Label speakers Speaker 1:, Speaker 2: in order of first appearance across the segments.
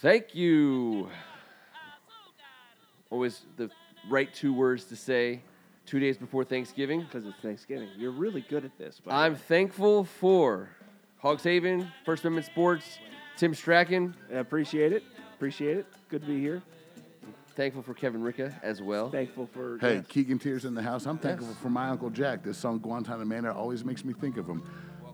Speaker 1: Thank you. Always the right two words to say two days before Thanksgiving.
Speaker 2: because it's Thanksgiving. You're really good at this. By the
Speaker 1: I'm
Speaker 2: way.
Speaker 1: thankful for Hogs Haven, First Amendment Sports, Tim Strachan.
Speaker 2: I appreciate it. Appreciate it. Good to be here.
Speaker 1: Thankful for Kevin Ricka as well.
Speaker 2: Thankful for.
Speaker 3: Hey,
Speaker 2: yes.
Speaker 3: Keegan Tears in the house. I'm thankful for my Uncle Jack. This song, Guantanamo Manor, always makes me think of him.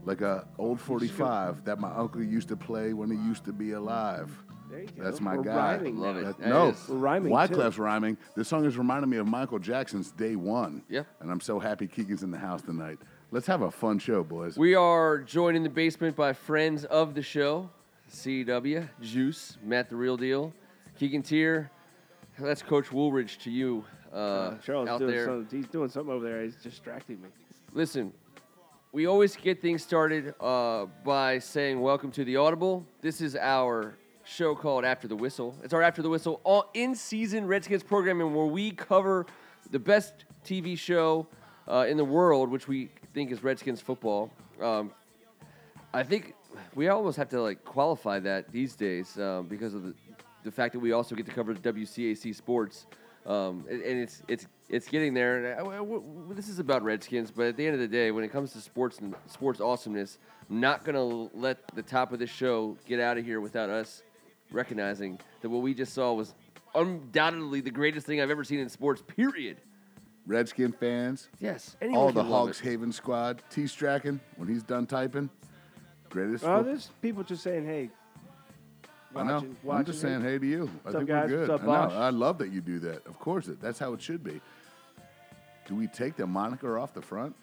Speaker 3: Like a old 45 that my uncle used to play when he used to be alive.
Speaker 2: There you go.
Speaker 3: That's my
Speaker 2: We're
Speaker 3: guy.
Speaker 2: rhyming
Speaker 1: Love
Speaker 2: now.
Speaker 1: it.
Speaker 3: That-
Speaker 1: That
Speaker 3: no,
Speaker 1: is-
Speaker 2: We're rhyming, too.
Speaker 3: Wyclef's rhyming. This song has reminded me of Michael Jackson's Day One.
Speaker 1: Yep.
Speaker 3: And I'm so happy Keegan's in the house tonight. Let's have a fun show, boys.
Speaker 1: We are joined in the basement by friends of the show CW, Juice, Matt the Real Deal, Keegan Tier. That's Coach Woolridge to you uh,
Speaker 2: Uh, Charles
Speaker 1: out
Speaker 2: doing
Speaker 1: there.
Speaker 2: something. He's doing something over there. He's distracting me.
Speaker 1: Listen, we always get things started uh, by saying welcome to the Audible. This is our show called After the Whistle. It's our After the Whistle all in season Redskins programming where we cover the best TV show uh, in the world, which we think is Redskins football. Um, I think we almost have to like qualify that these days um, because of the, the fact that we also get to cover WCAC sports, um, and, and it's it's it's getting there. And I- I- w- w- this is about Redskins, but at the end of the day, when it comes to sports and sports awesomeness, I'm not gonna let the top of this show get out of here without us recognizing that what we just saw was undoubtedly the greatest thing I've ever seen in sports. Period.
Speaker 3: Redskin fans,
Speaker 1: Yes.
Speaker 3: all
Speaker 1: anyone
Speaker 3: the
Speaker 1: can love
Speaker 3: Hogs
Speaker 1: it.
Speaker 3: Haven squad, T Strachan, when he's done typing, greatest.
Speaker 2: Oh,
Speaker 3: fo-
Speaker 2: there's people just saying, hey.
Speaker 3: I know.
Speaker 2: watching-
Speaker 3: I'm
Speaker 2: watching
Speaker 3: just saying, hey to you. I
Speaker 2: up,
Speaker 3: think
Speaker 2: guys?
Speaker 3: we're good.
Speaker 2: What's up,
Speaker 3: I know.
Speaker 2: Bosch?
Speaker 3: I love that you do that. Of course, it. that's how it should be. Do we take the moniker off the front?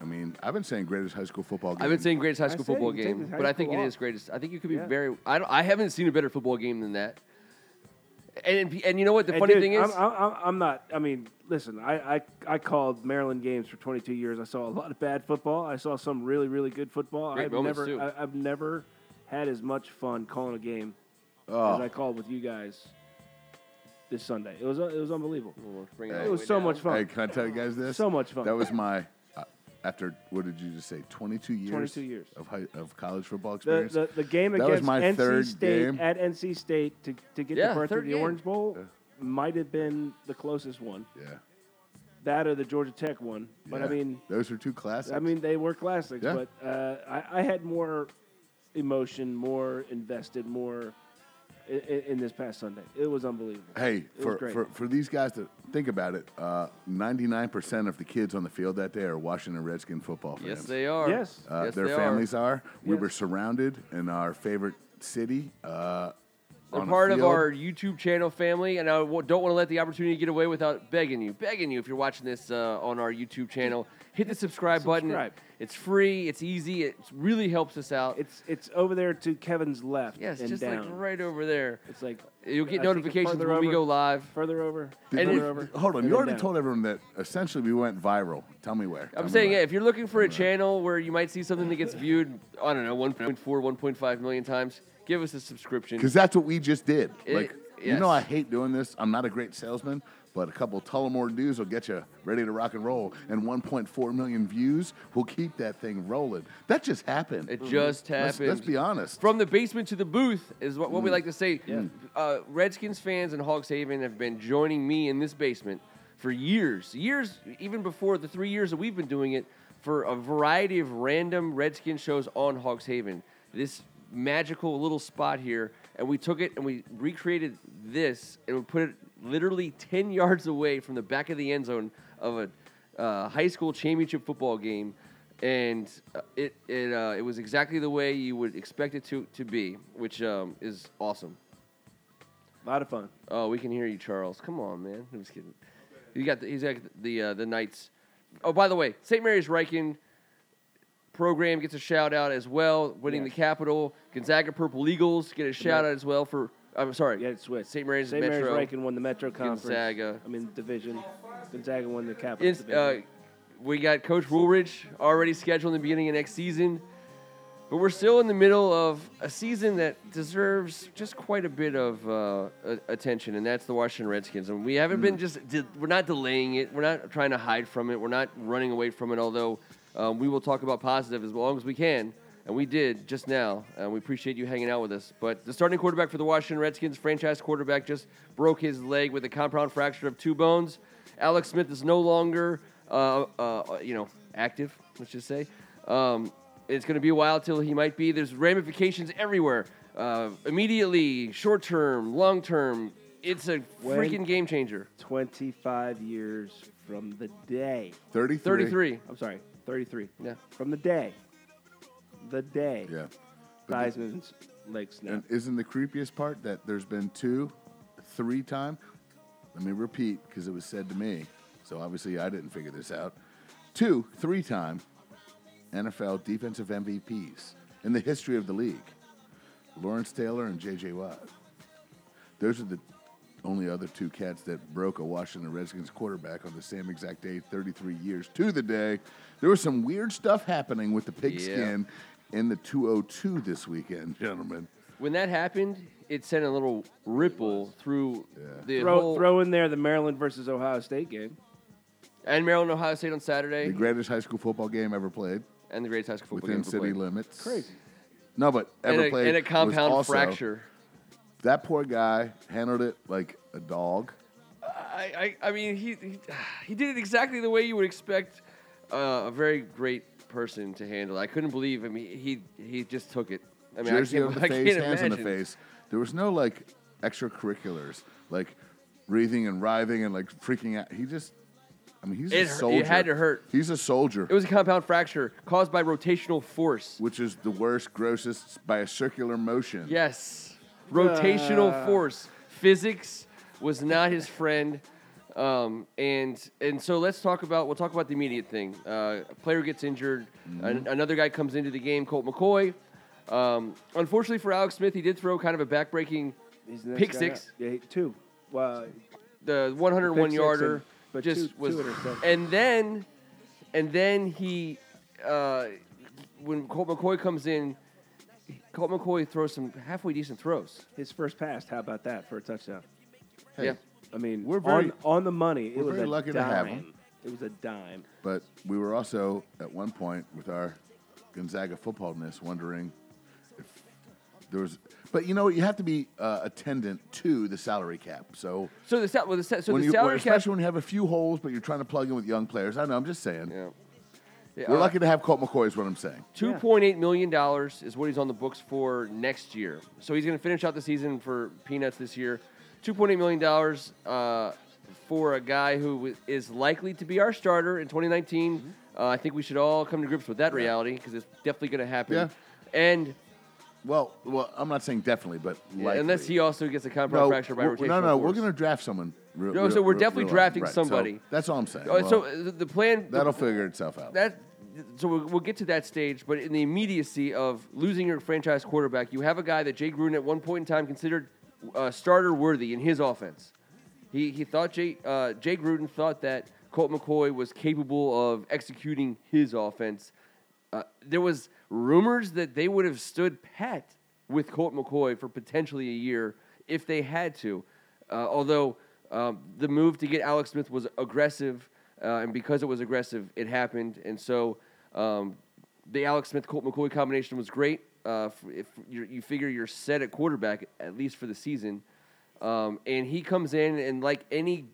Speaker 3: I mean, I've been saying greatest high school football game.
Speaker 1: I've been saying greatest high
Speaker 2: I
Speaker 1: school
Speaker 2: said
Speaker 1: football
Speaker 2: you can take
Speaker 1: game,
Speaker 2: this high
Speaker 1: but I think it
Speaker 2: school
Speaker 1: is
Speaker 2: off.
Speaker 1: greatly. I think you could be
Speaker 2: Yeah.
Speaker 1: very. I don't. I haven't seen a better football game than that. And and you know what? The
Speaker 2: And
Speaker 1: funny
Speaker 2: dude,
Speaker 1: thing is,
Speaker 2: I'm, I'm, I'm not. I mean, listen, I, I, I called Maryland games for 22 years. I saw a lot of bad football. I saw some really, really good football.
Speaker 1: Great
Speaker 2: I've
Speaker 1: moments,
Speaker 2: never,
Speaker 1: too.
Speaker 2: I, I've never had as much fun calling a game as I
Speaker 3: Oh,
Speaker 2: called with you guys this Sunday. It was, it was unbelievable.
Speaker 1: We'll bring
Speaker 3: Hey.
Speaker 1: all
Speaker 2: It
Speaker 1: the
Speaker 2: was
Speaker 1: way
Speaker 2: so
Speaker 1: down.
Speaker 2: much fun.
Speaker 3: hey, can I tell you guys this?
Speaker 2: So much fun.
Speaker 3: That was my uh, after. What did you just say? 22 years.
Speaker 2: 22 years.
Speaker 3: of high, of college football
Speaker 2: the,
Speaker 3: experience.
Speaker 2: the, the game
Speaker 3: That was
Speaker 2: against
Speaker 3: my
Speaker 2: NC
Speaker 3: third
Speaker 2: State
Speaker 3: game.
Speaker 2: at NC State to, to get
Speaker 1: Yeah,
Speaker 2: the berth
Speaker 1: third
Speaker 2: of the
Speaker 1: game.
Speaker 2: Orange Bowl might have been the closest one.
Speaker 3: yeah.
Speaker 2: That or the Georgia Tech one. But I
Speaker 3: yeah.
Speaker 2: mean,
Speaker 3: those are two classics.
Speaker 2: I mean, they were classics,
Speaker 3: Yeah.
Speaker 2: but uh, I, I had more emotion, more invested, more in, in this past Sunday. It was unbelievable.
Speaker 3: Hey,
Speaker 2: was
Speaker 3: for,
Speaker 2: great.
Speaker 3: for, for these guys to think about it, uh, 99% of the kids on the field that day are Washington Redskin football fans.
Speaker 1: Yes, they are.
Speaker 2: Yes.
Speaker 3: Uh,
Speaker 1: yes,
Speaker 3: their
Speaker 1: they
Speaker 3: families are. We
Speaker 2: Yes.
Speaker 3: were surrounded in our favorite city. Uh,
Speaker 1: They're
Speaker 3: on a
Speaker 1: part of
Speaker 3: field.
Speaker 1: our YouTube channel family, and I w- don't want to let the opportunity get away without begging you, begging you, if you're watching this uh, on our YouTube channel, hit the subscribe, button.
Speaker 2: Subscribe.
Speaker 1: It's free. It's easy. It really helps us out.
Speaker 2: It's it's over there to Kevin's left.
Speaker 1: yes,
Speaker 2: and
Speaker 1: just like
Speaker 2: down.
Speaker 1: right over there.
Speaker 2: It's like
Speaker 1: You'll get
Speaker 2: I think
Speaker 1: notifications
Speaker 2: further
Speaker 1: when we
Speaker 2: over-
Speaker 1: go live.
Speaker 2: Further over,
Speaker 1: And
Speaker 2: further
Speaker 1: if-
Speaker 2: over.
Speaker 3: hold on,
Speaker 2: and
Speaker 3: you
Speaker 2: then
Speaker 3: already
Speaker 2: down.
Speaker 3: told everyone that essentially we went viral. Tell me where. Tell
Speaker 1: I'm
Speaker 3: me
Speaker 1: saying, yeah,
Speaker 3: where.
Speaker 1: if you're looking for a channel where you might see something that gets viewed, I don't know, 1.4, 1.5 million times, give us a subscription.
Speaker 3: Because that's what we just did.
Speaker 1: It-
Speaker 3: like, you
Speaker 1: yes.
Speaker 3: know, I hate doing this. I'm not a great salesman, but a couple Tullamore dudes will get you ready to rock and roll. And 1.4 million views will keep that thing rolling. That just happened.
Speaker 1: It just
Speaker 3: Let's-
Speaker 1: happened.
Speaker 3: Let's, be honest.
Speaker 1: From the basement to the booth is what, what we like to say. Uh, Redskins fans in Hawks Haven have been joining me in this basement for years, years, even before the three years that we've been doing it, for a variety of random Redskin shows on Hawks Haven. This magical little spot here, and we took it and we recreated this and we put it literally 10 yards away from the back of the end zone of a uh, high school championship football game and uh, it it uh, it was exactly the way you would expect it to to be, which um, is awesome.
Speaker 2: A lot of fun.
Speaker 1: Oh, we can hear you, Charles. Come on, man. I'm just kidding. You got the, he's got the uh, the Knights. Oh, by the way, St. Mary's Riken program gets a shout out as well, winning
Speaker 2: Yes.
Speaker 1: the Capitol. Gonzaga Purple Eagles get a shout out as well for. I'm sorry.
Speaker 2: Yeah, it's switched.
Speaker 1: St. Mary's
Speaker 2: St.
Speaker 1: Metro.
Speaker 2: Mary's Rankin won the Metro Conference.
Speaker 1: Gonzaga.
Speaker 2: I mean division. Gonzaga won the Capital.
Speaker 1: It's, uh,
Speaker 2: division.
Speaker 1: we got Coach Woolridge already scheduled in the beginning of next season, but we're still in the middle of a season that deserves just quite a bit of uh, a- attention, and that's the Washington Redskins. And we haven't been just de- we're not delaying it, we're not trying to hide from it, we're not running away from it. Although um, we will talk about positive as long as we can. and we did just now. And we appreciate you hanging out with us. But the starting quarterback for the Washington Redskins, franchise quarterback, just broke his leg with a compound fracture of two bones. Alex Smith is no longer, uh, uh, you know, active. Let's just say um, it's going to be a while till he might be. There's ramifications everywhere. Uh, immediately, short term, long term. It's a
Speaker 2: When-
Speaker 1: freaking game changer.
Speaker 2: 25 years from the day.
Speaker 3: 33.
Speaker 1: 33.
Speaker 2: I'm sorry, 33.
Speaker 1: Yeah.
Speaker 2: From the day. The day.
Speaker 3: Yeah. But the-
Speaker 2: Theismann's leg snap.
Speaker 3: and isn't the creepiest part that there's been two, three time? Let me repeat because it was said to me. So obviously I didn't figure this out. Two, three time NFL defensive MVPs in the history of the league Lawrence Taylor and J.J. Watt. Those are the only other two cats that broke a Washington Redskins quarterback on the same exact day, 33 years to the day. There was some weird stuff happening with the pigskin in the 202 this weekend, gentlemen.
Speaker 1: When that happened, it sent a little ripple through the
Speaker 2: Throw,
Speaker 1: whole
Speaker 2: throw in there the Maryland versus Ohio State game.
Speaker 1: and Maryland, Ohio State on Saturday,
Speaker 3: The greatest high school football game ever played
Speaker 1: and the greatest high school football
Speaker 3: within
Speaker 1: game ever
Speaker 3: city
Speaker 1: played.
Speaker 3: limits.
Speaker 2: Crazy.
Speaker 3: No, but ever
Speaker 1: and, a,
Speaker 3: played
Speaker 1: and a
Speaker 3: was
Speaker 1: compound
Speaker 3: also-
Speaker 1: fracture.
Speaker 3: That poor guy handled it like a dog.
Speaker 1: I, I, I mean, he, he he did it exactly the way you would expect uh, a very great person to handle. I couldn't believe him. He he, he just took it. I mean,
Speaker 3: Jersey
Speaker 1: I can't,
Speaker 3: on the
Speaker 1: I
Speaker 3: face,
Speaker 1: can't
Speaker 3: hands
Speaker 1: imagine.
Speaker 3: on the face. There was no like extracurriculars, like wreathing and writhing and like freaking out. He just, I mean, he's
Speaker 1: It
Speaker 3: a
Speaker 1: hurt- it
Speaker 3: soldier.
Speaker 1: had to hurt.
Speaker 3: He's a soldier,
Speaker 1: It was a compound fracture caused by rotational force.
Speaker 3: which is the worst, grossest by a circular motion.
Speaker 1: Yes, rotational
Speaker 2: Uh.
Speaker 1: force. Physics was not his friend, um, and and so let's talk about we'll talk about the immediate thing. Uh, a player gets injured,
Speaker 2: Mm-hmm.
Speaker 1: an, another guy comes into the game, Colt McCoy. Um, unfortunately for Alex Smith, he did throw kind of a backbreaking
Speaker 2: He's the next
Speaker 1: Pick
Speaker 2: guy
Speaker 1: six.
Speaker 2: up. Yeah, he- two. Well,
Speaker 1: the 101
Speaker 2: six
Speaker 1: yarder
Speaker 2: and- but
Speaker 1: just
Speaker 2: two-
Speaker 1: was
Speaker 2: two interceptions.
Speaker 1: and then and then he uh, when Colt McCoy comes in Colt McCoy throws some halfway decent throws.
Speaker 2: his first pass. How about that for a touchdown?
Speaker 3: Hey,
Speaker 1: Yeah.
Speaker 2: I mean,
Speaker 3: We're very-
Speaker 2: on, on the money. It
Speaker 3: we're
Speaker 2: was
Speaker 3: very
Speaker 2: a
Speaker 3: lucky to
Speaker 2: dime.
Speaker 3: have him.
Speaker 2: It was a dime.
Speaker 3: But we were also at one point with our Gonzaga footballness wondering if there was. But you know, you have to be uh, attendant to the salary cap. So
Speaker 1: So the sal- well, the sa- so
Speaker 3: when
Speaker 1: the
Speaker 3: you,
Speaker 1: salary cap
Speaker 3: especially when you have a few holes, but you're trying to plug in with young players. I know. I'm just saying.
Speaker 1: Yeah. Yeah,
Speaker 3: We're
Speaker 1: uh,
Speaker 3: lucky to have Colt McCoy. Is what I'm saying.
Speaker 1: Two point eight million dollars is what he's on the books for next year. So he's going to finish out the season for peanuts this year. Two point eight million dollars uh, for a guy who w- is likely to be our starter in 2019. Uh, I think we should all come to grips with that reality because it's definitely going to happen.
Speaker 3: Yeah.
Speaker 1: And
Speaker 3: Well, well, I'm not saying definitely, but likely.
Speaker 1: unless he also gets a compound
Speaker 3: no,
Speaker 1: fracture by
Speaker 3: we're-
Speaker 1: rotational
Speaker 3: no, no, we're
Speaker 1: force.
Speaker 3: going to draft someone. re-
Speaker 1: No,
Speaker 3: re-
Speaker 1: so we're
Speaker 3: re-
Speaker 1: definitely
Speaker 3: real-
Speaker 1: drafting
Speaker 3: right, so
Speaker 1: somebody.
Speaker 3: that's all I'm saying.
Speaker 1: Uh, so
Speaker 3: Well,
Speaker 1: uh, the plan the-
Speaker 3: that'll figure itself out.
Speaker 1: that so we'll, we'll get to that stage but in the immediacy of losing your franchise quarterback you have a guy that jay gruden at one point in time considered uh, starter worthy in his offense he, he thought jay, uh, jay gruden thought that colt mccoy was capable of executing his offense uh, there was rumors that they would have stood pat with colt mccoy for potentially a year if they had to uh, although um, the move to get alex smith was aggressive uh, and because it was aggressive, it happened. And so um, the Alex Smith Colt McCoy combination was great. Uh, f- if you're, you figure you're set at quarterback at least for the season, um, and he comes in and like any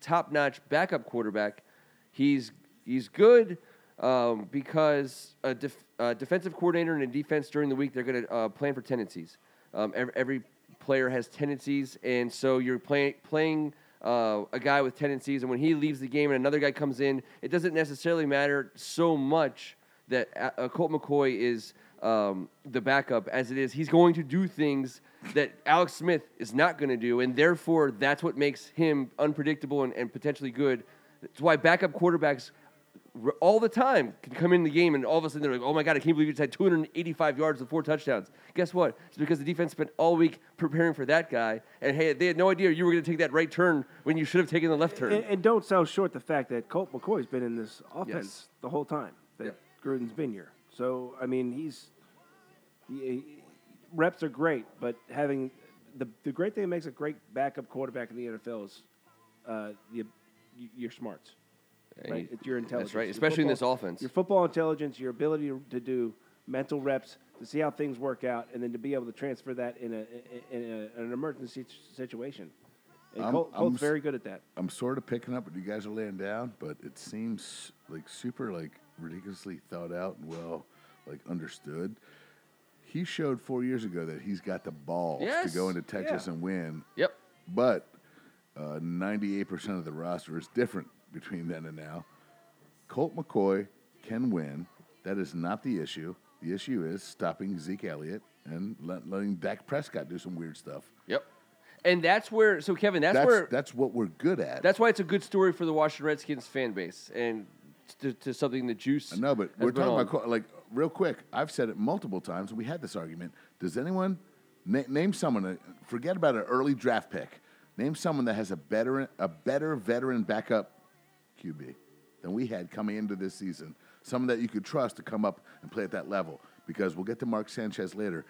Speaker 1: top-notch backup quarterback, he's he's good um, because a def- uh, defensive coordinator and a defense during the week they're going to uh, plan for tendencies. Um, every, every player has tendencies, and so you're play- playing uh, a guy with tendencies, and when he leaves the game and another guy comes in, it doesn't necessarily matter so much that uh, uh, Colt McCoy is um, the backup as it is. He's going to do things that Alex Smith is not going to do, and therefore that's what makes him unpredictable and, and potentially good. That's why backup quarterbacks r- all the time can come in the game and all of a sudden they're like, oh my God, I can't believe you just had 285 yards and four touchdowns. Guess what? It's because the defense spent all week preparing for that guy, and hey, they had no idea you were going to take that right turn when you should have taken the left turn.
Speaker 2: And, and don't sell short the fact that Colt McCoy's been in this
Speaker 1: Yes.
Speaker 2: offense the whole time that
Speaker 1: Yeah.
Speaker 2: Gruden's been here. So I mean, he's he- he- reps are great, but having the the great thing that makes a great backup quarterback in the NFL is uh, you, you- your smarts.
Speaker 1: And
Speaker 2: right?
Speaker 1: you-
Speaker 2: It's your intelligence.
Speaker 1: right,
Speaker 2: your
Speaker 1: especially in this
Speaker 2: football-
Speaker 1: offense.
Speaker 2: Your football intelligence, your ability to do mental reps to see how things work out, and then to be able to transfer that in a in, a, in an emergency s- situation. And
Speaker 3: I'm-
Speaker 2: Colt,
Speaker 3: I'm
Speaker 2: Colt's
Speaker 3: s-
Speaker 2: very good at that.
Speaker 3: I'm sort of picking up what you guys are laying down, but it seems like super like ridiculously thought out and well like understood. He showed four years ago that he's got the balls
Speaker 1: Yes.
Speaker 3: to go into Texas
Speaker 2: Yeah.
Speaker 3: and win.
Speaker 1: Yep.
Speaker 3: But uh, ninety-eight percent of the roster is different between then and now. Colt McCoy can win. That is not the issue. The issue is stopping Zeke Elliott and let, letting Dak Prescott do some weird stuff.
Speaker 1: Yep. And that's where. So Kevin, that's,
Speaker 3: That's
Speaker 1: where.
Speaker 3: that's what we're good at.
Speaker 1: that's why it's a good story for the Washington Redskins fan base and to, to something the juice.
Speaker 3: I know, but
Speaker 1: has
Speaker 3: we're
Speaker 1: been
Speaker 3: talking
Speaker 1: on.
Speaker 3: about co- like real quick. I've said it multiple times. and We had this argument. Does anyone na- name someone? uh, Forget about an early draft pick. Name someone that has a better a better veteran backup QB than we had coming into this season. Someone that you could trust to come up and play at that level. Because we'll get to Mark Sanchez later.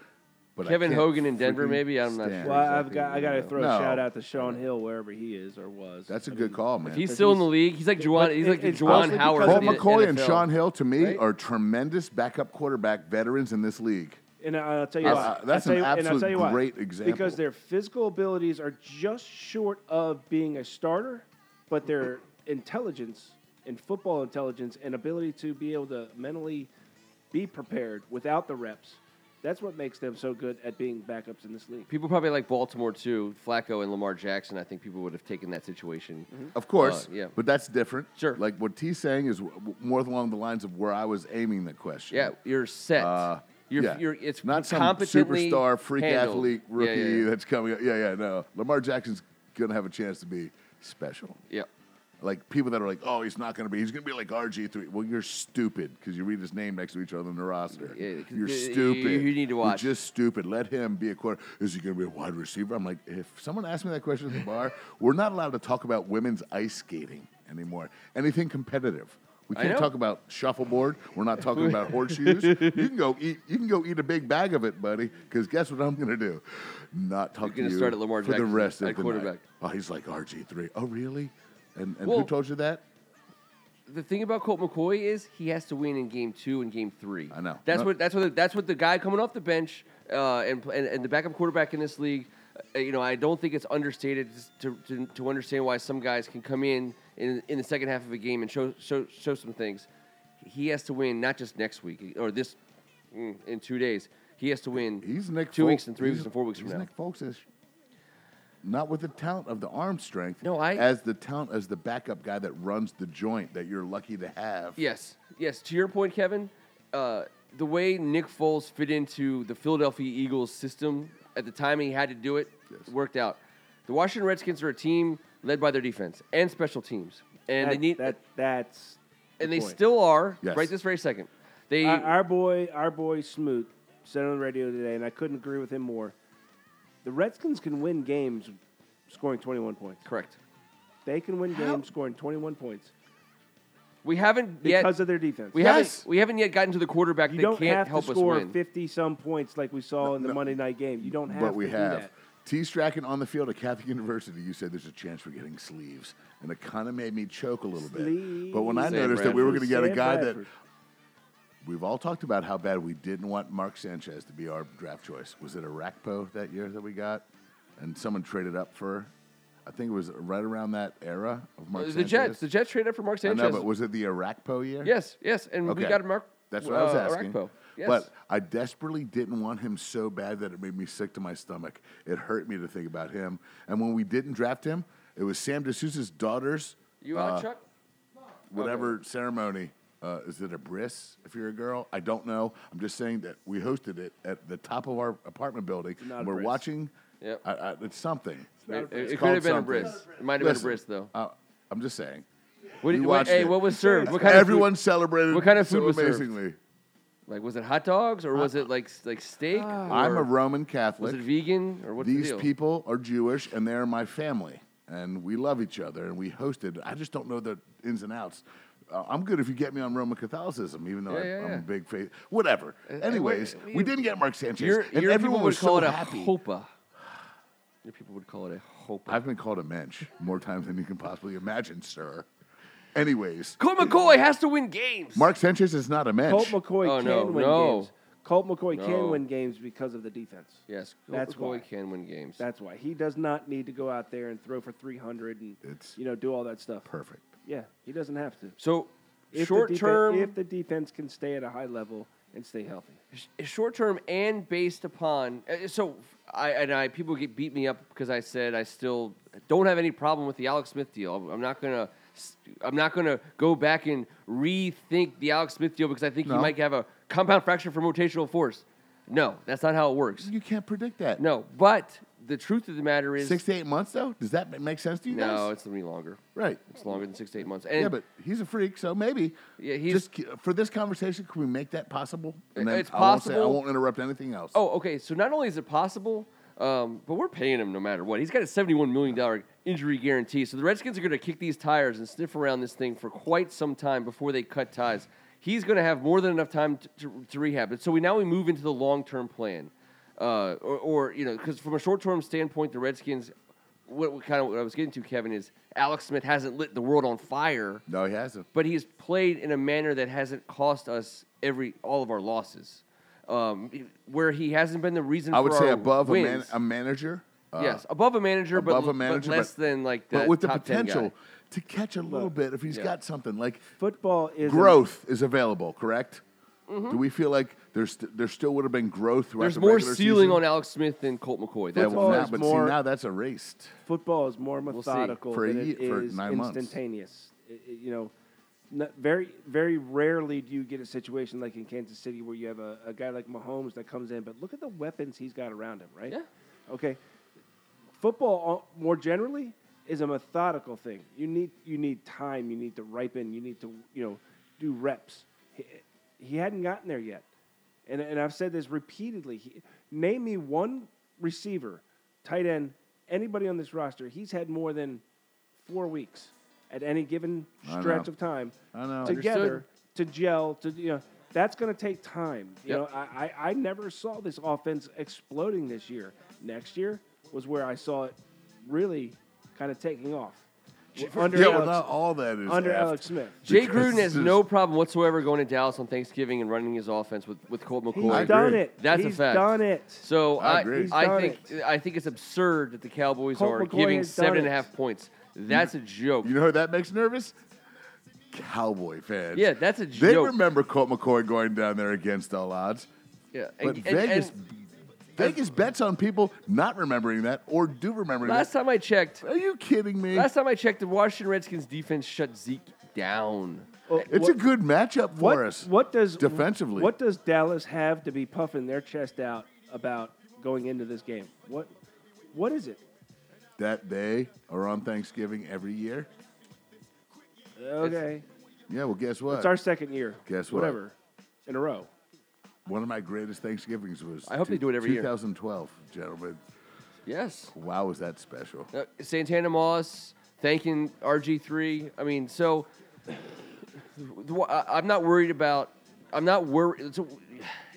Speaker 3: But I
Speaker 1: Kevin
Speaker 3: can't
Speaker 1: Hogan in Denver,
Speaker 3: freaking
Speaker 1: maybe? I'm not
Speaker 3: stand-
Speaker 1: sure.
Speaker 2: Well, I've
Speaker 1: exactly
Speaker 2: got I
Speaker 1: what
Speaker 2: got to
Speaker 1: you
Speaker 2: throw
Speaker 3: know.
Speaker 2: a shout out to Sean Hill wherever he is or was.
Speaker 3: That's a
Speaker 2: I
Speaker 3: good
Speaker 2: mean,
Speaker 3: call, man.
Speaker 1: He's still in the league. He's like Juwan.
Speaker 2: but
Speaker 1: He's
Speaker 2: it-
Speaker 1: like the
Speaker 2: it's
Speaker 1: Juwan
Speaker 2: mostly
Speaker 1: Howard.
Speaker 2: because
Speaker 1: of
Speaker 3: Colt
Speaker 1: the
Speaker 3: McCoy and
Speaker 1: NFL.
Speaker 3: Sean Hill to me
Speaker 1: right?
Speaker 3: are tremendous backup quarterback veterans in this league.
Speaker 2: And I- I'll tell you
Speaker 3: Yes.
Speaker 2: why.
Speaker 3: Uh, that's
Speaker 2: I'll tell
Speaker 3: an
Speaker 2: you, and I'll
Speaker 3: absolute
Speaker 2: tell you why.
Speaker 3: great example.
Speaker 2: Because their physical abilities are just short of being a starter, but their intelligence and football intelligence and ability to be able to mentally be prepared without the reps, that's what makes them so good at being backups in this league.
Speaker 1: People probably like Baltimore too. Flacco and Lamar Jackson. I think people would have taken that situation.
Speaker 3: Of course,
Speaker 1: Uh, yeah.
Speaker 3: but that's different.
Speaker 1: Sure.
Speaker 3: Like what T's saying is w- w- more along the lines of where I was aiming the question.
Speaker 1: Yeah, you're set.
Speaker 3: Uh,
Speaker 1: you're,
Speaker 3: yeah.
Speaker 1: you're, it's
Speaker 3: not some
Speaker 1: competently
Speaker 3: superstar freak
Speaker 1: handled.
Speaker 3: athlete
Speaker 1: Yeah,
Speaker 3: rookie
Speaker 1: yeah, yeah.
Speaker 3: that's coming. up. Yeah, yeah, no. Lamar Jackson's gonna have a chance to be special.
Speaker 1: Yep.
Speaker 3: Like people that are like, oh, he's not gonna be. He's gonna be like RG three. Well, you're stupid because you read his name next to each other on the roster.
Speaker 1: Yeah, 'cause
Speaker 3: you're
Speaker 1: you- you-
Speaker 3: stupid.
Speaker 1: you need to watch.
Speaker 3: You're just stupid. Let him be a quarter. Is he gonna be a wide receiver? I'm like, if someone asked me that question at the bar, we're not allowed to talk about women's ice skating anymore. Anything competitive. We
Speaker 1: I
Speaker 3: can't
Speaker 1: know.
Speaker 3: talk about shuffleboard. We're not talking about horseshoes. You can go eat. You can go eat a big bag of it, buddy. Because guess what I'm going to do? Not talk
Speaker 1: gonna
Speaker 3: to you
Speaker 1: start at Lamar
Speaker 3: for the
Speaker 1: Jackson
Speaker 3: rest of
Speaker 1: at
Speaker 3: the night.
Speaker 1: quarterback.
Speaker 3: Oh, he's like RG three. Oh, really? And, and
Speaker 1: Well-
Speaker 3: who told you that?
Speaker 1: The thing about Colt McCoy is he has to win in game two and game three.
Speaker 3: I know.
Speaker 1: That's
Speaker 3: No.
Speaker 1: what that's what the, that's what the guy coming off the bench uh, and, pl- and and the backup quarterback in this league. Uh, you know, I don't think it's understated to, to, to understand why some guys can come in, in in the second half of a game and show show show some things. He has to win not just next week or this mm, in two days. He has to win.
Speaker 3: He's Nick.
Speaker 1: two
Speaker 3: Folk-
Speaker 1: weeks and three
Speaker 3: he's-
Speaker 1: weeks and four weeks
Speaker 3: he's
Speaker 1: from now.
Speaker 3: Nick Folks not with the talent of the arm strength.
Speaker 1: No, I-
Speaker 3: as the talent as the backup guy that runs the joint that you're lucky to have.
Speaker 1: Yes, yes. To your point, Kevin, uh, the way Nick Foles fit into the Philadelphia Eagles system at the time he had to do it worked out. The Washington Redskins are a team led by their defense and special teams, and they
Speaker 2: That-
Speaker 1: need
Speaker 2: that. That's the
Speaker 1: and they
Speaker 2: point.
Speaker 1: still are
Speaker 3: Yes.
Speaker 1: right this very second. They
Speaker 2: Our, our boy, our boy Smoot said on the radio today, and I couldn't agree with him more. The Redskins can win games scoring 21 points.
Speaker 1: correct.
Speaker 2: They can win games scoring 21 points
Speaker 1: We haven't yet.
Speaker 2: because of their defense.
Speaker 1: we
Speaker 3: Yes.
Speaker 1: haven't we haven't yet gotten to the quarterback
Speaker 2: you
Speaker 1: that
Speaker 2: don't
Speaker 1: can't
Speaker 2: have to
Speaker 1: help us
Speaker 2: score
Speaker 1: win.
Speaker 2: 50 some points like we saw in the
Speaker 3: no.
Speaker 2: Monday night game. You don't have
Speaker 3: but we
Speaker 2: to do
Speaker 3: have
Speaker 2: that.
Speaker 3: T. Strachan on the field at Catholic University. You said there's a chance for getting sleeves, and it kind of made me choke a little bit. But when I
Speaker 2: Sleeves.
Speaker 3: noticed that we were going to get a
Speaker 2: Sam
Speaker 3: guy
Speaker 2: Bradford.
Speaker 3: that we've all talked about how bad we didn't want Mark Sanchez to be our draft choice. Was it Arakpo that year that we got, and someone traded up for? I think it was right around that era of Mark
Speaker 1: the
Speaker 3: Sanchez.
Speaker 1: Jets, the Jets traded up for Mark
Speaker 3: I
Speaker 1: Sanchez.
Speaker 3: know, but was it the Arakpo year?
Speaker 1: yes, yes, and we
Speaker 3: Okay.
Speaker 1: got Mark.
Speaker 3: That's what I was
Speaker 1: uh,
Speaker 3: asking.
Speaker 1: Arakpo. Yes.
Speaker 3: But I desperately didn't want him so bad that it made me sick to my stomach. It hurt me to think about him. And when we didn't draft him, it was Sam DeSouza's daughter's
Speaker 1: you out,
Speaker 3: uh,
Speaker 1: Chuck?
Speaker 3: whatever ceremony. Uh, is it a bris if you're a girl? I don't know. I'm just saying that we hosted it at the top of our apartment building.
Speaker 2: not
Speaker 3: and
Speaker 2: a
Speaker 3: we're
Speaker 2: bris.
Speaker 3: watching.
Speaker 1: Yep.
Speaker 3: I, I, it's something.
Speaker 1: It, it- it could
Speaker 3: called
Speaker 1: have been a
Speaker 3: something.
Speaker 1: bris. It might have
Speaker 3: Listen,
Speaker 1: been a bris though.
Speaker 3: Uh, I'm just saying.
Speaker 1: What,
Speaker 3: you
Speaker 1: what-
Speaker 3: watched
Speaker 1: hey,
Speaker 3: it.
Speaker 1: what was served? What kind
Speaker 3: Everyone
Speaker 1: of
Speaker 3: celebrated.
Speaker 1: what kind of
Speaker 3: so
Speaker 1: food was served?
Speaker 3: amazingly.
Speaker 1: food? Like, was it hot dogs or was it like like steak?
Speaker 3: I'm
Speaker 1: or
Speaker 3: a Roman Catholic.
Speaker 1: Was it vegan or what's
Speaker 3: These
Speaker 1: the deal?
Speaker 3: people are Jewish and they're my family, and we love each other, and we hosted. I just don't know the ins and outs. Uh, I'm good if you get me on Roman Catholicism, even though
Speaker 1: Yeah,
Speaker 3: I,
Speaker 1: yeah,
Speaker 3: am
Speaker 1: yeah. Uh,
Speaker 3: a big faith. Whatever. Anyways,
Speaker 1: we-
Speaker 3: we, didn't get Mark Sanchez,
Speaker 1: Your,
Speaker 3: and
Speaker 1: your
Speaker 3: everyone
Speaker 1: people
Speaker 3: was
Speaker 1: would call
Speaker 3: so
Speaker 1: it a
Speaker 3: happy.
Speaker 1: hopa. Your people would call it a hopa.
Speaker 3: I've been called a mensch more times than you can possibly imagine, sir. Anyways,
Speaker 1: Colt McCoy has to win games.
Speaker 3: Mark Sanchez is not a mensch.
Speaker 2: Colt McCoy
Speaker 1: Oh,
Speaker 2: can
Speaker 1: no,
Speaker 2: win
Speaker 1: no.
Speaker 2: games. Colt McCoy
Speaker 1: No.
Speaker 2: can win games because of the defense.
Speaker 1: Yes, Colt
Speaker 2: That's
Speaker 1: McCoy
Speaker 2: why.
Speaker 1: can win games.
Speaker 2: That's why he does not need to go out there and throw for 300 and
Speaker 3: It's
Speaker 2: you know do all that stuff.
Speaker 3: perfect.
Speaker 2: Yeah, he doesn't have to.
Speaker 1: so
Speaker 2: If the
Speaker 1: short
Speaker 2: defen-
Speaker 1: term,
Speaker 2: if the defense can stay at a high level and stay healthy.
Speaker 1: sh- short term and based upon uh, so I and I people get beat me up because I said I still don't have any problem with the Alex Smith deal. I'm- I'm not gonna s- I'm not gonna go back and rethink the Alex Smith deal because I think
Speaker 3: No.
Speaker 1: he might have a compound fracture from rotational force. No, that's not how it works.
Speaker 3: You can't predict that.
Speaker 1: No, but the truth of the matter is
Speaker 3: Six to eight months though. Does that ma- make sense to you guys?
Speaker 1: no, it's gonna be longer.
Speaker 3: right.
Speaker 1: It's longer than six to eight months. And
Speaker 3: Yeah, but he's a freak, so maybe.
Speaker 1: Yeah, he's-
Speaker 3: just ki- for this conversation. Can we make that possible?
Speaker 1: It's
Speaker 3: I won't say- I
Speaker 1: possible.
Speaker 3: won't interrupt anything else.
Speaker 1: Oh, okay. So not only is it possible, um, but we're paying him no matter what. He's got a seventy-one million dollar injury guarantee. So the Redskins are going to kick these tires and sniff around this thing for quite some time before they cut ties. He's going to have more than enough time to, to, to rehab. it. so we now we move into the long-term plan, uh, or, or you know, because from a short-term standpoint, the Redskins. What, what kind of what I was getting to, Kevin, is Alex Smith hasn't lit the world on fire
Speaker 3: no, he hasn't.
Speaker 1: but he's played in a manner that hasn't cost us every all of our losses. Um, where he hasn't been the reason.
Speaker 3: I would
Speaker 1: for
Speaker 3: say
Speaker 1: our
Speaker 3: above a, man,
Speaker 1: wins.
Speaker 3: a manager. uh,
Speaker 1: yes, above a manager, but,
Speaker 3: above
Speaker 1: l-
Speaker 3: a manager,
Speaker 1: but less
Speaker 3: but-
Speaker 1: than like the
Speaker 3: but with the
Speaker 1: top 10 guy.
Speaker 3: potential to catch a little
Speaker 2: Look,
Speaker 3: bit if he's
Speaker 1: yeah.
Speaker 3: got something like
Speaker 2: Football is a-
Speaker 3: growth is available. Correct. Do we feel like there's st- there still would have been growth
Speaker 1: Mm-hmm.
Speaker 3: throughout
Speaker 1: There's
Speaker 3: the
Speaker 1: more
Speaker 3: regular
Speaker 1: ceiling
Speaker 3: season?
Speaker 1: on Alex Smith than Colt McCoy.
Speaker 3: Yeah,
Speaker 1: That's
Speaker 3: well,
Speaker 2: Football
Speaker 3: now,
Speaker 2: is
Speaker 3: but
Speaker 2: more-
Speaker 3: see, now that's erased.
Speaker 2: football is more
Speaker 1: see.
Speaker 2: methodical
Speaker 3: For a
Speaker 2: than it
Speaker 3: ye- for
Speaker 2: is
Speaker 3: nine months.
Speaker 2: instantaneous. It- it- you know, n very very rarely do you get a situation like in Kansas City where you have a, a guy like Mahomes that comes in, but look at the weapons he's got around him, right?
Speaker 1: Yeah.
Speaker 2: Okay. Football uh, more generally is a methodical thing. You need you need time. You need to ripen. You need to you know do reps. He, he hadn't gotten there yet, and and I've said this repeatedly. He, name me one receiver, tight end, anybody on this roster. He's had more than four weeks at any given
Speaker 3: I know.
Speaker 2: stretch of time
Speaker 3: I know.
Speaker 2: together to gel to you know that's going to take time you
Speaker 1: Yep.
Speaker 2: know I, I i never saw this offense exploding this year next year was where i saw it really kind of taking off under
Speaker 3: yeah, well,
Speaker 2: alex,
Speaker 3: not all that is
Speaker 2: under
Speaker 3: effed.
Speaker 2: alex smith
Speaker 1: Jay
Speaker 3: Because
Speaker 1: Gruden has
Speaker 3: there's-
Speaker 1: no problem whatsoever going to Dallas on Thanksgiving and running his offense with, with Colt
Speaker 2: he's
Speaker 1: McCoy.
Speaker 2: done
Speaker 3: agree.
Speaker 2: it
Speaker 1: That's
Speaker 2: He's
Speaker 1: a fact.
Speaker 2: done it
Speaker 1: So
Speaker 3: I
Speaker 1: I,
Speaker 3: agree. He's
Speaker 1: I,
Speaker 2: done
Speaker 1: think I think it's absurd that the Cowboys
Speaker 2: Colt
Speaker 1: are
Speaker 2: McCoy
Speaker 1: giving
Speaker 2: has done
Speaker 1: seven and a
Speaker 2: it.
Speaker 1: half points. That's a joke.
Speaker 3: You know who that makes nervous? Cowboy fans.
Speaker 1: Yeah, that's a
Speaker 3: They
Speaker 1: joke.
Speaker 3: remember Colt McCoy going down there against all odds.
Speaker 1: yeah,
Speaker 3: But
Speaker 1: and- and-
Speaker 3: Vegas,
Speaker 1: and-
Speaker 3: Vegas bets on people not remembering that or do remember
Speaker 1: Last
Speaker 3: that.
Speaker 1: time I checked,
Speaker 3: Are you kidding me?
Speaker 1: last time I checked, the Washington Redskins defense shut Zeke down.
Speaker 2: Well,
Speaker 3: it's
Speaker 2: what-
Speaker 3: a good matchup for
Speaker 2: what,
Speaker 3: us.
Speaker 2: what does
Speaker 3: defensively.
Speaker 2: what does dallas have to be puffing their chest out about going into this game what what is it
Speaker 3: That they are on Thanksgiving every year.
Speaker 2: okay
Speaker 3: Yeah, well, guess what?
Speaker 2: it's our second year
Speaker 3: Guess what?
Speaker 2: whatever in a row
Speaker 3: One of my greatest Thanksgivings was
Speaker 1: I hope they do it every year.
Speaker 3: 2012, gentlemen.
Speaker 1: Yes.
Speaker 3: Wow, was that special.
Speaker 1: Uh, Santana Moss thanking RG3. I mean, so the wa- I- I'm not worried about. I'm not worried. It's,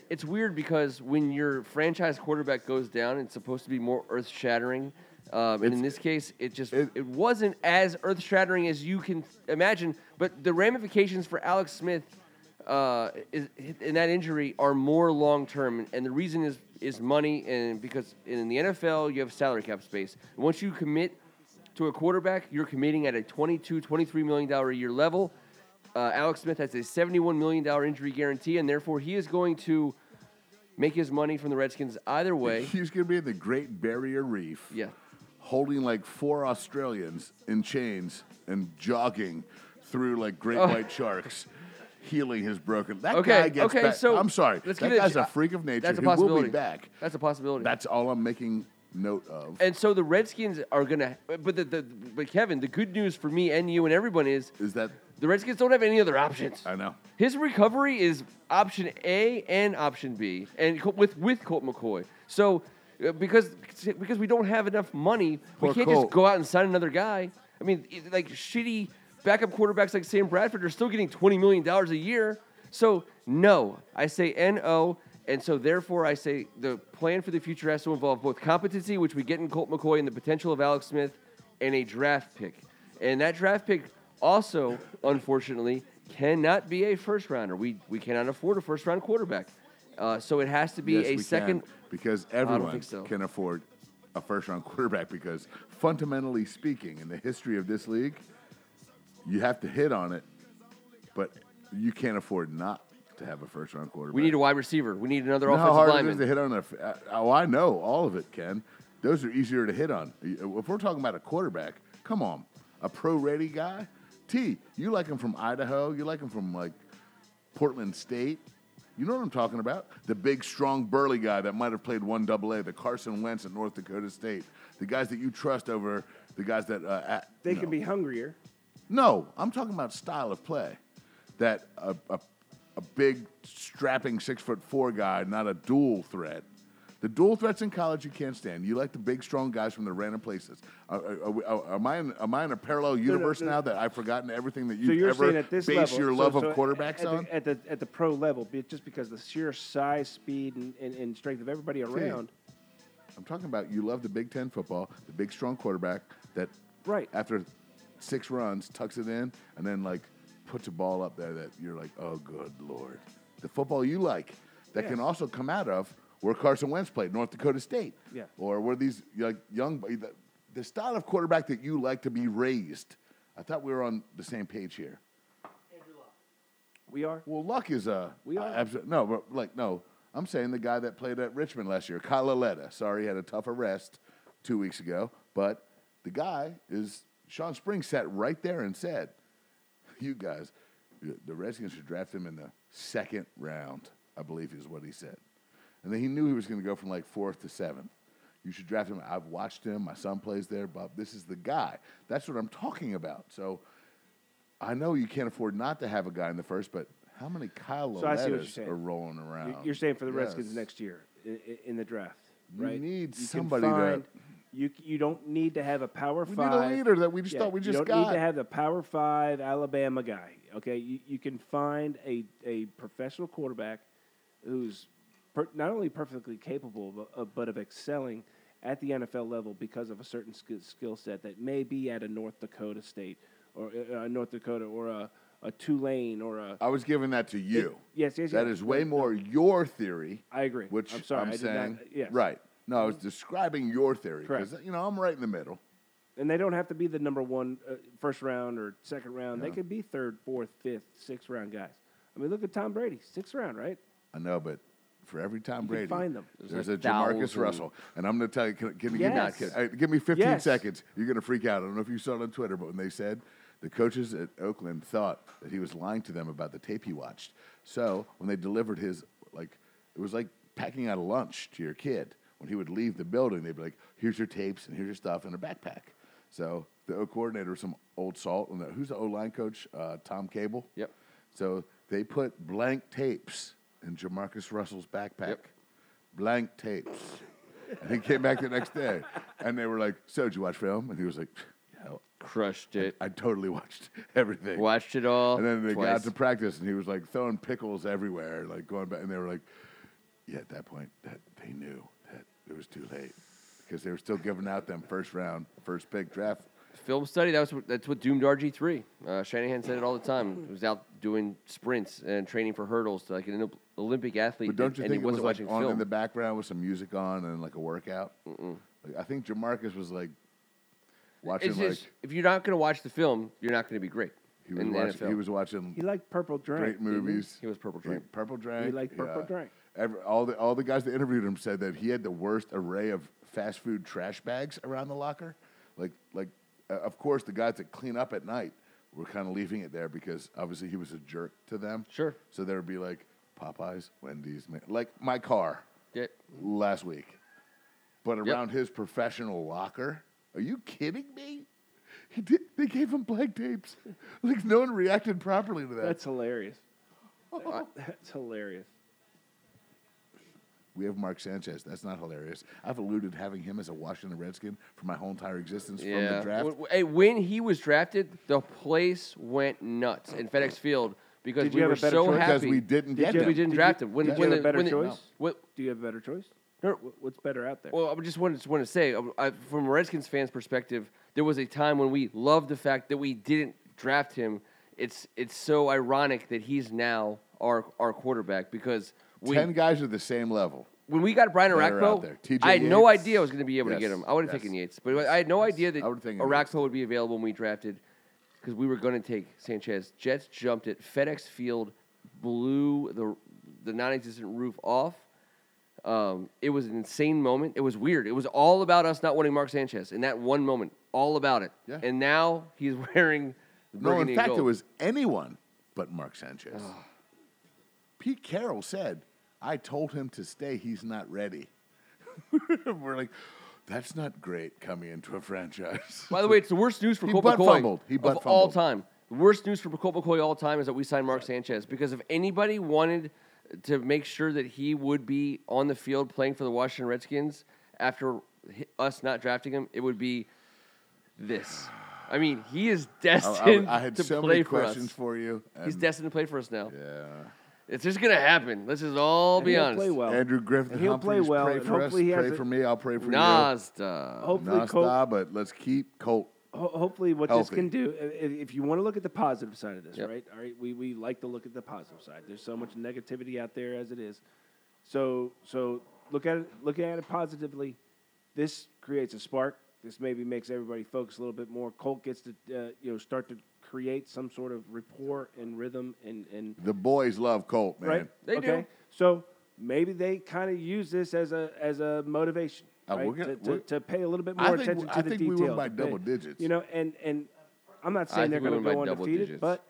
Speaker 1: it's weird because when your franchise quarterback goes down, it's supposed to be more earth shattering. Um, and in this case, it just it,
Speaker 3: it-
Speaker 1: wasn't as earth shattering as you can imagine. But the ramifications for Alex Smith uh, is, in that injury are more long term, and the reason is is money, and because in the NFL you have salary cap space. Once you commit to a quarterback, you're committing at a 22, 23 million dollar a year level. Uh, Alex Smith has a 71 million dollar injury guarantee, and therefore he is going to make his money from the Redskins either way.
Speaker 3: He's going to be in the Great Barrier Reef.
Speaker 1: Yeah.
Speaker 3: Holding like four Australians in chains and jogging through like great white sharks, healing his broken. That
Speaker 1: Oh. Okay,
Speaker 3: guy gets
Speaker 1: okay,
Speaker 3: back.
Speaker 1: so
Speaker 3: I'm sorry.
Speaker 1: let's
Speaker 3: that
Speaker 1: give it a
Speaker 3: guy's a,
Speaker 1: shot.
Speaker 3: freak of nature.
Speaker 1: That's a
Speaker 3: he will
Speaker 1: possibility.
Speaker 3: be back.
Speaker 1: That's a possibility.
Speaker 3: That's all I'm making note of.
Speaker 1: and so the Redskins are gonna, but the, the but Kevin, the good news for me and you and everyone is
Speaker 3: Is that
Speaker 1: the Redskins don't have any other options.
Speaker 3: I know.
Speaker 1: His recovery is option A and option B, and co- with with Colt McCoy. So uh, because because we don't have enough money,
Speaker 3: Poor
Speaker 1: we can't
Speaker 3: Colt.
Speaker 1: just go out and sign another guy. I mean, it- like shitty backup quarterbacks like Sam Bradford are still getting twenty million dollars a year. So no, I say no. And so, therefore, I say the plan for the future has to involve both competency, which we get in Colt McCoy, and the potential of Alex Smith, and a draft pick. And that draft pick also, unfortunately, cannot be a first rounder. We we cannot afford a first round quarterback. Uh, so it has to be
Speaker 3: yes,
Speaker 1: a
Speaker 3: we
Speaker 1: second.
Speaker 3: can, because everyone
Speaker 1: think so.
Speaker 3: can afford a first round quarterback because fundamentally speaking in the history of this league you have to hit on it but you can't afford not to have a first round quarterback
Speaker 1: We need a wide receiver. We need another
Speaker 3: You know how
Speaker 1: offensive
Speaker 3: hard it
Speaker 1: lineman.
Speaker 3: is to hit on a f- uh, oh i know all of it ken those are easier to hit on uh, if we're talking about a quarterback come on a pro ready guy t you like him from idaho you like him from like portland state you know what i'm talking about the big strong burly guy that might have played one double a the carson wentz at north dakota state the guys that you trust over the guys that uh, at,
Speaker 2: They
Speaker 3: no.
Speaker 2: can be hungrier.
Speaker 3: No, I'm talking about style of play. That a, a, a big, strapping six foot four guy, not a dual threat. The dual threats in college you can't stand. You like the big, strong guys from the random places. Are, are- are we- are- am, I in, am I in a parallel universe
Speaker 2: no.
Speaker 3: now that I've forgotten everything that
Speaker 2: So
Speaker 3: you've
Speaker 2: you're
Speaker 3: ever
Speaker 2: saying at this
Speaker 3: based
Speaker 2: level,
Speaker 3: your
Speaker 2: so-
Speaker 3: love
Speaker 2: so
Speaker 3: of quarterbacks
Speaker 2: at
Speaker 3: on?
Speaker 2: the, at the at the pro level, be- just because the sheer size, speed, and, and, and strength of everybody around.
Speaker 3: I'm talking about you love the Big Ten football, the big, strong quarterback that
Speaker 2: Right.
Speaker 3: after six runs tucks it in and then like puts a ball up there that you're like, oh good lord, the football you like that can
Speaker 2: Yes.
Speaker 3: also come out of where Carson Wentz played, North Dakota State,
Speaker 2: Yeah.
Speaker 3: or where these like young the, the style of quarterback that you like to be raised. I thought we were on the same page here.
Speaker 2: We are.
Speaker 3: Well, Luck is a
Speaker 2: We are.
Speaker 3: I- abso- no, but like no, I'm saying the guy that played at Richmond last year, Kyle Aletta. Sorry, he had a tough arrest two weeks ago, but the guy is Sean Spring sat right there and said, "You guys, the Redskins should draft him in the second round." I believe is what he said, and then he knew he was going to go from like fourth to seventh. You should draft him. I've watched him. My son plays there. Bob, this is the guy. That's what I'm talking about. So. I know you can't afford not to have a guy in the first, but how many Kyle
Speaker 2: So I see what you're
Speaker 3: Lorettas
Speaker 2: saying.
Speaker 3: are rolling
Speaker 2: You-
Speaker 3: around?
Speaker 2: You're saying for the Redskins
Speaker 3: Yes.
Speaker 2: next year i- i- in the draft,
Speaker 3: You
Speaker 2: right?
Speaker 3: need
Speaker 2: can
Speaker 3: somebody to-
Speaker 2: You you don't need to have a power
Speaker 3: We need
Speaker 2: five.
Speaker 3: a leader that we just
Speaker 2: Yeah,
Speaker 3: thought we
Speaker 2: you
Speaker 3: just
Speaker 2: don't
Speaker 3: got.
Speaker 2: need to have the power five Alabama guy. Okay, you, you can find a, a professional quarterback who's per, not only perfectly capable but, uh, but of excelling at the NFL level because of a certain sk- skill set that may be at a North Dakota State or uh, uh, North Dakota or a, a Tulane or a
Speaker 3: I was giving that to you.
Speaker 2: yes yes
Speaker 3: That
Speaker 2: yes.
Speaker 3: is way more your theory.
Speaker 2: I agree.
Speaker 3: Which
Speaker 2: I'm sorry, I did not-
Speaker 3: saying.
Speaker 2: yes.
Speaker 3: Right. No, I was describing your theory because
Speaker 2: Correct.
Speaker 3: you know I'm right in the middle.
Speaker 2: and they don't have to be the number one uh, first round or second round. They could be third, fourth, fifth, sixth round guys. I mean, look at Tom Brady, sixth round, right?
Speaker 3: I know, but for every Tom Brady,
Speaker 2: find them.
Speaker 3: There's,
Speaker 1: There's
Speaker 3: a
Speaker 1: like
Speaker 3: Jamarcus
Speaker 1: thousand.
Speaker 3: Russell, and I'm going to tell you. Can, can you
Speaker 2: Yes.
Speaker 3: give me uh, give me 15
Speaker 2: Yes.
Speaker 3: seconds? You're going to freak out. I don't know if you saw it on Twitter, but when they said the coaches at Oakland thought that he was lying to them about the tape he watched, so when they delivered his like, it was like packing out a lunch to your kid. When he would leave the building, they'd be like, "Here's your tapes and here's your stuff in a backpack." So the O coordinator was some old salt. And the, who's the O line coach? Uh, Tom Cable.
Speaker 1: Yep.
Speaker 3: So they put blank tapes in Jamarcus Russell's backpack. Blank tapes. and he came back the next day and they were like, So did you watch film? And he was like, Yeah,
Speaker 1: Crushed it.
Speaker 3: I totally watched everything.
Speaker 1: Watched it all.
Speaker 3: And then they
Speaker 1: twice.
Speaker 3: got to practice and he was like throwing pickles everywhere, like going back and they were like, Yeah, at that point that they knew that it was too late. Because they were still giving out them first round, first pick draft.
Speaker 1: film study. That's what that's what doomed RG three. Uh, Shanahan said it all the time. He was out doing sprints and training for hurdles to like an Olymp- Olympic athlete.
Speaker 3: But don't
Speaker 1: and-
Speaker 3: you
Speaker 1: and
Speaker 3: think
Speaker 1: he
Speaker 3: it was
Speaker 1: wasn't watching
Speaker 3: like on
Speaker 1: film?
Speaker 3: in the background with some music on and like a workout? Like, I think Jamarcus was like watching
Speaker 1: It's
Speaker 3: like
Speaker 1: just if you're not going to watch the film, you're not going to be great
Speaker 3: he was
Speaker 1: in the
Speaker 3: watching
Speaker 1: NFL.
Speaker 3: he was watching
Speaker 2: He liked Purple Drink.
Speaker 3: great movies.
Speaker 1: He was Purple
Speaker 3: He-
Speaker 1: Drake.
Speaker 3: Purple Drake.
Speaker 2: He liked Purple Drake.
Speaker 3: Every, all the all the guys that interviewed him said that he had the worst array of fast food trash bags around the locker. Like like, uh, of course, the guys that clean up at night were kind of leaving it there because obviously he was a jerk to them.
Speaker 1: Sure.
Speaker 3: So there would be like Popeyes, Wendy's, ma- like my car
Speaker 1: Yeah.
Speaker 3: last week, but around his professional locker. Are you kidding me? He did, they gave him blank tapes. Like no one reacted properly to that.
Speaker 2: That's hilarious. That's hilarious.
Speaker 3: We have Mark Sanchez. That's not hilarious. I've eluded having him as a Washington Redskin for my whole entire existence from
Speaker 1: Yeah.
Speaker 3: the draft.
Speaker 1: W- w- Hey, when he was drafted, the place went nuts in FedEx Field because
Speaker 2: Did
Speaker 1: we
Speaker 2: you have
Speaker 1: were
Speaker 2: a better
Speaker 1: so
Speaker 2: choice?
Speaker 1: happy
Speaker 3: because we didn't get
Speaker 1: that
Speaker 2: you-
Speaker 3: him.
Speaker 1: we didn't
Speaker 2: Did
Speaker 1: draft
Speaker 2: you-
Speaker 1: him. When,
Speaker 2: did you
Speaker 1: when
Speaker 2: have a
Speaker 1: the-
Speaker 2: better
Speaker 1: when the-
Speaker 2: choice?
Speaker 1: what-
Speaker 2: Do you have a better choice?
Speaker 1: No.
Speaker 2: Wh- What's better out there?
Speaker 1: Well, I just wanted, just want to say, uh, I, from a Redskins fans' perspective, there was a time when we loved the fact that we didn't draft him. It's it's so ironic that he's now our our quarterback because We-
Speaker 3: Ten guys are the same level.
Speaker 1: when we got Brian
Speaker 3: Better out
Speaker 1: Arakpo,
Speaker 3: there. TJ
Speaker 1: I had no
Speaker 3: Yates.
Speaker 1: idea I was going to be able to
Speaker 3: Yes,
Speaker 1: get him. I would have
Speaker 3: yes.
Speaker 1: taken Yates, but I had no idea that
Speaker 3: I would've taken
Speaker 1: Arakpo
Speaker 3: Yates.
Speaker 1: would be available when we drafted because we were going to take Sanchez. Jets jumped it. FedEx Field blew the the non-existent roof off. Um, it was an insane moment. It was weird. It was all about us not wanting Mark Sanchez in that one moment. All about it.
Speaker 3: Yeah.
Speaker 1: And now he's wearing.
Speaker 3: No,
Speaker 1: burgundy
Speaker 3: in
Speaker 1: and
Speaker 3: fact,
Speaker 1: gold.
Speaker 3: it was anyone but Mark Sanchez. Pete Carroll said, I told him to stay. He's not ready. We're like, that's not great coming into a franchise.
Speaker 1: By the way, it's the worst news for
Speaker 3: He
Speaker 1: Colt
Speaker 3: butt
Speaker 1: McCoy
Speaker 3: fumbled. He
Speaker 1: of
Speaker 3: butt
Speaker 1: all
Speaker 3: fumbled.
Speaker 1: time. The worst news for Colt McCoy all time is that we signed Mark Sanchez because if anybody wanted to make sure that he would be on the field playing for the Washington Redskins after hi- us not drafting him, it would be this. I mean, he is
Speaker 3: I, I-
Speaker 1: destined
Speaker 3: I had
Speaker 1: to
Speaker 3: so
Speaker 1: play
Speaker 3: many
Speaker 1: for
Speaker 3: questions
Speaker 1: us.
Speaker 3: for you.
Speaker 1: He's
Speaker 3: and-
Speaker 1: destined to play for us now.
Speaker 3: Yeah.
Speaker 1: It's just gonna happen. Let's just all
Speaker 2: And
Speaker 1: be
Speaker 2: he'll
Speaker 1: honest.
Speaker 2: Play well.
Speaker 3: Andrew Griffith,
Speaker 2: and he'll play
Speaker 3: Humphries,
Speaker 2: well,
Speaker 3: Pray
Speaker 2: and
Speaker 3: for us.
Speaker 2: hopefully he has
Speaker 3: Pray
Speaker 2: a-
Speaker 3: for me. I'll pray for you.
Speaker 1: Nas, duh.
Speaker 2: Hopefully,
Speaker 3: Nah,
Speaker 2: Colt,
Speaker 3: stop, but let's keep Colt.
Speaker 2: ho- hopefully what this
Speaker 3: Healthy.
Speaker 2: can do, i- if, if you want to look at the positive side of this,
Speaker 1: Yep.
Speaker 2: right? All right, we, we like to look at the positive side. There's so much negativity out there as it is. So so look at it look at it positively. This creates a spark. This maybe makes everybody focus a little bit more. Colt gets to uh, you know start to create some sort of rapport and rhythm and and
Speaker 3: The boys love Colt, man.
Speaker 2: right.
Speaker 1: They
Speaker 2: okay.
Speaker 1: do.
Speaker 2: So maybe they kind of use this as a as a motivation.
Speaker 3: Uh,
Speaker 2: right?
Speaker 3: we're gonna-
Speaker 2: to, to,
Speaker 3: we're-
Speaker 2: to pay a little bit
Speaker 3: I
Speaker 2: more
Speaker 3: think-
Speaker 2: attention to
Speaker 3: I
Speaker 2: the
Speaker 3: think we
Speaker 2: details.
Speaker 3: win by
Speaker 2: They-
Speaker 3: double digits.
Speaker 2: You know, and and I'm not
Speaker 1: I
Speaker 2: saying they're
Speaker 1: think we
Speaker 2: going to
Speaker 1: win
Speaker 2: go
Speaker 1: by double
Speaker 2: undefeated,
Speaker 1: digits.
Speaker 2: but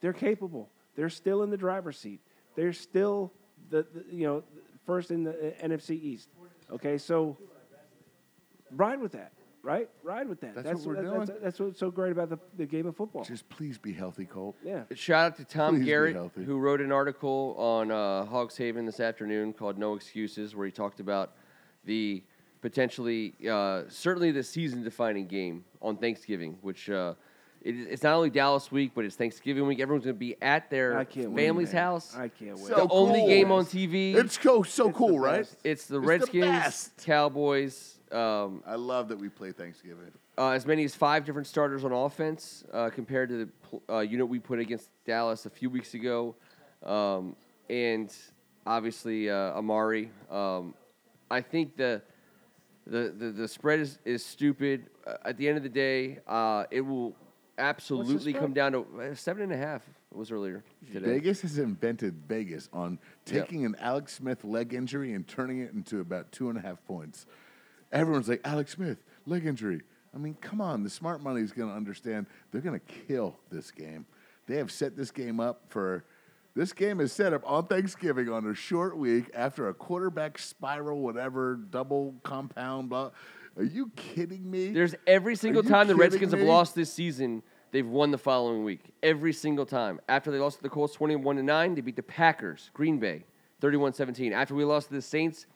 Speaker 2: they're capable. They're still in the driver's seat. They're still the, the you know first in the uh, NFC East. Okay, so ride with that, right? Ride with that.
Speaker 3: That's what we're
Speaker 2: that's,
Speaker 3: doing.
Speaker 2: that's what's so great about the, the game of football.
Speaker 3: Just please be healthy, Colt.
Speaker 2: yeah.
Speaker 1: Shout out to Tom
Speaker 3: Please be
Speaker 1: Garrett,
Speaker 3: healthy.
Speaker 1: who wrote an article on uh, Hogs Haven this afternoon called No Excuses, where he talked about the potentially, uh, certainly the season defining game on Thanksgiving, which uh, it, it's not only Dallas week, but it's Thanksgiving week. Everyone's going to be at their
Speaker 2: I can't wait,
Speaker 1: family's
Speaker 2: man.
Speaker 1: house.
Speaker 2: I can't wait.
Speaker 1: the
Speaker 3: So
Speaker 1: only
Speaker 3: cool.
Speaker 1: game on TV.
Speaker 3: It's so, so
Speaker 2: It's the
Speaker 3: cool, right?
Speaker 2: best.
Speaker 1: It's the
Speaker 3: it's the
Speaker 1: Redskins,
Speaker 3: best.
Speaker 1: Cowboys, um,
Speaker 3: I love that we play Thanksgiving.
Speaker 1: uh, as many as five different starters on offense uh, compared to the pl- uh, unit we put against Dallas a few weeks ago, um, and obviously uh, Amari. Um, I think the the, the, the spread is, is stupid. Uh, at the end of the day, uh, it will absolutely come down
Speaker 2: spread?
Speaker 1: to uh, seven and a half. It was earlier today.
Speaker 3: Vegas has invented Vegas on taking an Alex Smith leg injury and turning it into about two and a half points. Everyone's like, Alex Smith, leg injury. I mean, come on. The smart money is going to understand they're going to kill this game. They have set this game up for. This game is set up on Thanksgiving on a short week after a quarterback spiral, whatever, double compound, blah. Are you kidding me?
Speaker 1: There's every single
Speaker 3: you
Speaker 1: time the
Speaker 3: kidding
Speaker 1: Redskins have
Speaker 3: me?
Speaker 1: lost this season, they've won the following week. Every single time. After they lost to the Colts 21 to 9, they beat the Packers, Green Bay, 31-17. After we lost to the Saints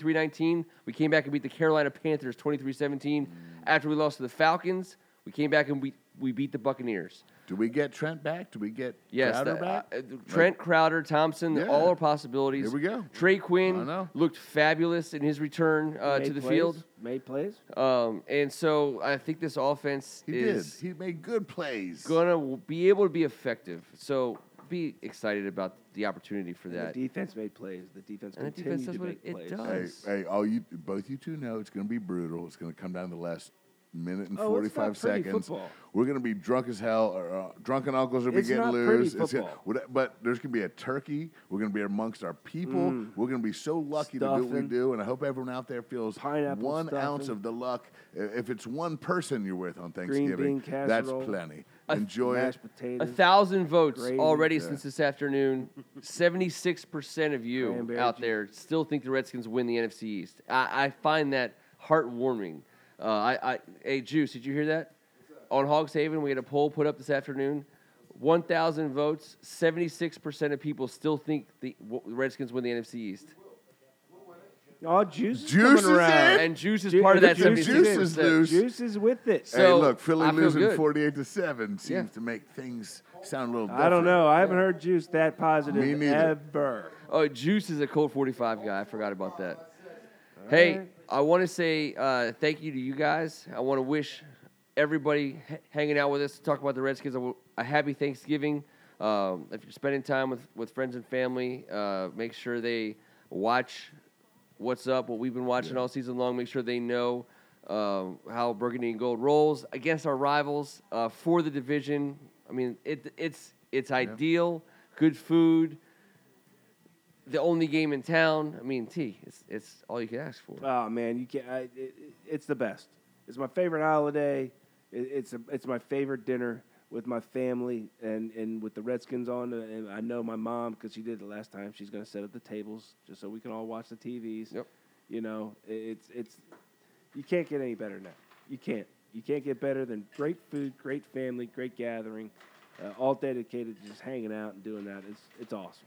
Speaker 1: 43-19, we came back and beat the Carolina Panthers 23-17. After we lost to the Falcons, we came back and we we beat the Buccaneers.
Speaker 3: Do we get Trent back? Do we get
Speaker 1: Yes,
Speaker 3: Crowder
Speaker 1: that-
Speaker 3: back?
Speaker 1: uh,
Speaker 3: Like,
Speaker 1: Trent Crowder, Thompson,
Speaker 3: Yeah.
Speaker 1: all are possibilities.
Speaker 3: Here we go.
Speaker 1: Trey
Speaker 3: I
Speaker 1: Quinn
Speaker 3: know.
Speaker 1: looked fabulous in his return uh,
Speaker 2: Made
Speaker 1: to the
Speaker 2: plays,
Speaker 1: field.
Speaker 2: Made plays.
Speaker 1: Um, and so I think this offense
Speaker 3: he
Speaker 1: is
Speaker 3: did. He made good plays.
Speaker 1: gonna w- be able to be effective. So be excited about the opportunity for
Speaker 2: And
Speaker 1: that.
Speaker 2: The defense made plays. The defense
Speaker 1: And the
Speaker 2: continued
Speaker 1: defense does
Speaker 2: to
Speaker 1: what
Speaker 2: make
Speaker 1: it- it
Speaker 2: plays.
Speaker 1: does.
Speaker 3: Hey, hey, all you both you two know it's going to be brutal. It's going to come down to the last minute and
Speaker 2: Oh, it's not
Speaker 3: 45
Speaker 2: pretty
Speaker 3: seconds.
Speaker 2: football.
Speaker 3: We're going to be drunk as hell. Or, uh, drunken uncles are going
Speaker 2: It's
Speaker 3: to be getting
Speaker 2: not pretty
Speaker 3: loose. It's gonna-
Speaker 2: football.
Speaker 3: what- but there's going to be a turkey. We're going to be amongst our people. We're going to be so lucky to do what we
Speaker 2: Mm. Stuffing.
Speaker 3: do. And I hope everyone out there feels
Speaker 2: Pineapple
Speaker 3: one ounce
Speaker 2: stuffing.
Speaker 3: of the luck. I- If it's one person you're with on Thanksgiving,
Speaker 2: bean
Speaker 3: that's
Speaker 2: casserole.
Speaker 3: plenty. Enjoy it.
Speaker 2: Mashed
Speaker 1: A
Speaker 2: potatoes.
Speaker 1: thousand votes
Speaker 2: Gravy.
Speaker 1: already
Speaker 2: Yeah.
Speaker 1: since this afternoon. Seventy-six percent of you
Speaker 2: Cranberry
Speaker 1: out
Speaker 2: juice.
Speaker 1: there still think the Redskins win the NFC East. I, I find that heartwarming. Uh, I, I, hey, Juice, did you hear that? On Hogs Haven, we had a poll put up this afternoon. One thousand votes. Seventy-six percent of people still think the w- Redskins win the NFC East.
Speaker 2: Oh, juice is
Speaker 3: Juice
Speaker 2: coming
Speaker 3: is
Speaker 2: around.
Speaker 3: in?
Speaker 1: And Juice is
Speaker 2: Ju-
Speaker 1: part of that.
Speaker 2: Juice is
Speaker 1: 76%.
Speaker 3: loose. Juice.
Speaker 2: Juice is with it.
Speaker 1: So-
Speaker 3: hey, look, Philly
Speaker 1: I feel
Speaker 3: losing
Speaker 1: good.
Speaker 3: 48 to 7 seems
Speaker 1: Yeah.
Speaker 3: to make things sound a little different.
Speaker 2: I don't know. I haven't heard Juice that positive
Speaker 3: Me neither.
Speaker 2: ever.
Speaker 1: Oh, Juice is a Colt 45 guy. I forgot about that. Hey,
Speaker 2: right.
Speaker 1: I want to say uh, thank you to you guys. I want to wish everybody h- hanging out with us to talk about the Redskins a, w- a happy Thanksgiving. Um, if you're spending time with, with friends and family, uh, make sure they watch what's up, what we've been watching all season long. Make sure they know um, how Burgundy and Gold rolls against our rivals uh, for the division. I mean, it, it's it's ideal, good food, the only game in town. I mean, T, it's it's all you can ask for.
Speaker 2: Oh man, you can't. I, it, it- it's the best. It's my favorite holiday. It, it's a, it's my favorite dinner with my family and, and with the Redskins on. And I know my mom because she did it last time. She's going to set up the tables just so we can all watch the TVs.
Speaker 1: Yep.
Speaker 2: You know, it, it's it's you can't get any better than that. You can't. You can't get better than great food, great family, great gathering, uh, all dedicated to just hanging out and doing that. It's it's awesome.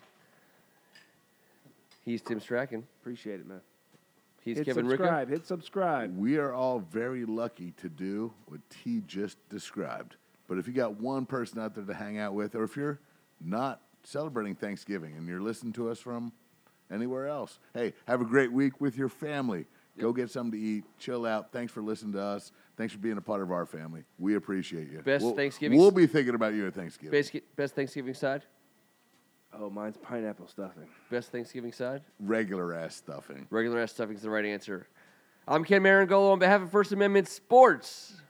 Speaker 1: He's Tim Strachan.
Speaker 2: Appreciate it, man.
Speaker 1: He's
Speaker 2: hit
Speaker 1: Kevin Ricka.
Speaker 2: subscribe. Hit subscribe.
Speaker 3: We are all very lucky to do what T just described. But if you got one person out there to hang out with, or if you're not celebrating Thanksgiving and you're listening to us from anywhere else, hey, have a great week with your family. Go get something to eat, chill out. Thanks for listening to us. Thanks for being a part of our family. We appreciate you.
Speaker 1: Best
Speaker 3: We'll-
Speaker 1: Thanksgiving-
Speaker 3: We'll be thinking about you at Thanksgiving.
Speaker 1: Best, best Thanksgiving side.
Speaker 2: Oh, mine's pineapple stuffing.
Speaker 1: Best Thanksgiving side.
Speaker 3: Regular ass stuffing.
Speaker 1: Regular ass stuffing is the right answer. I'm Ken Marangolo on behalf of First Amendment Sports.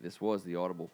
Speaker 1: This was the Audible.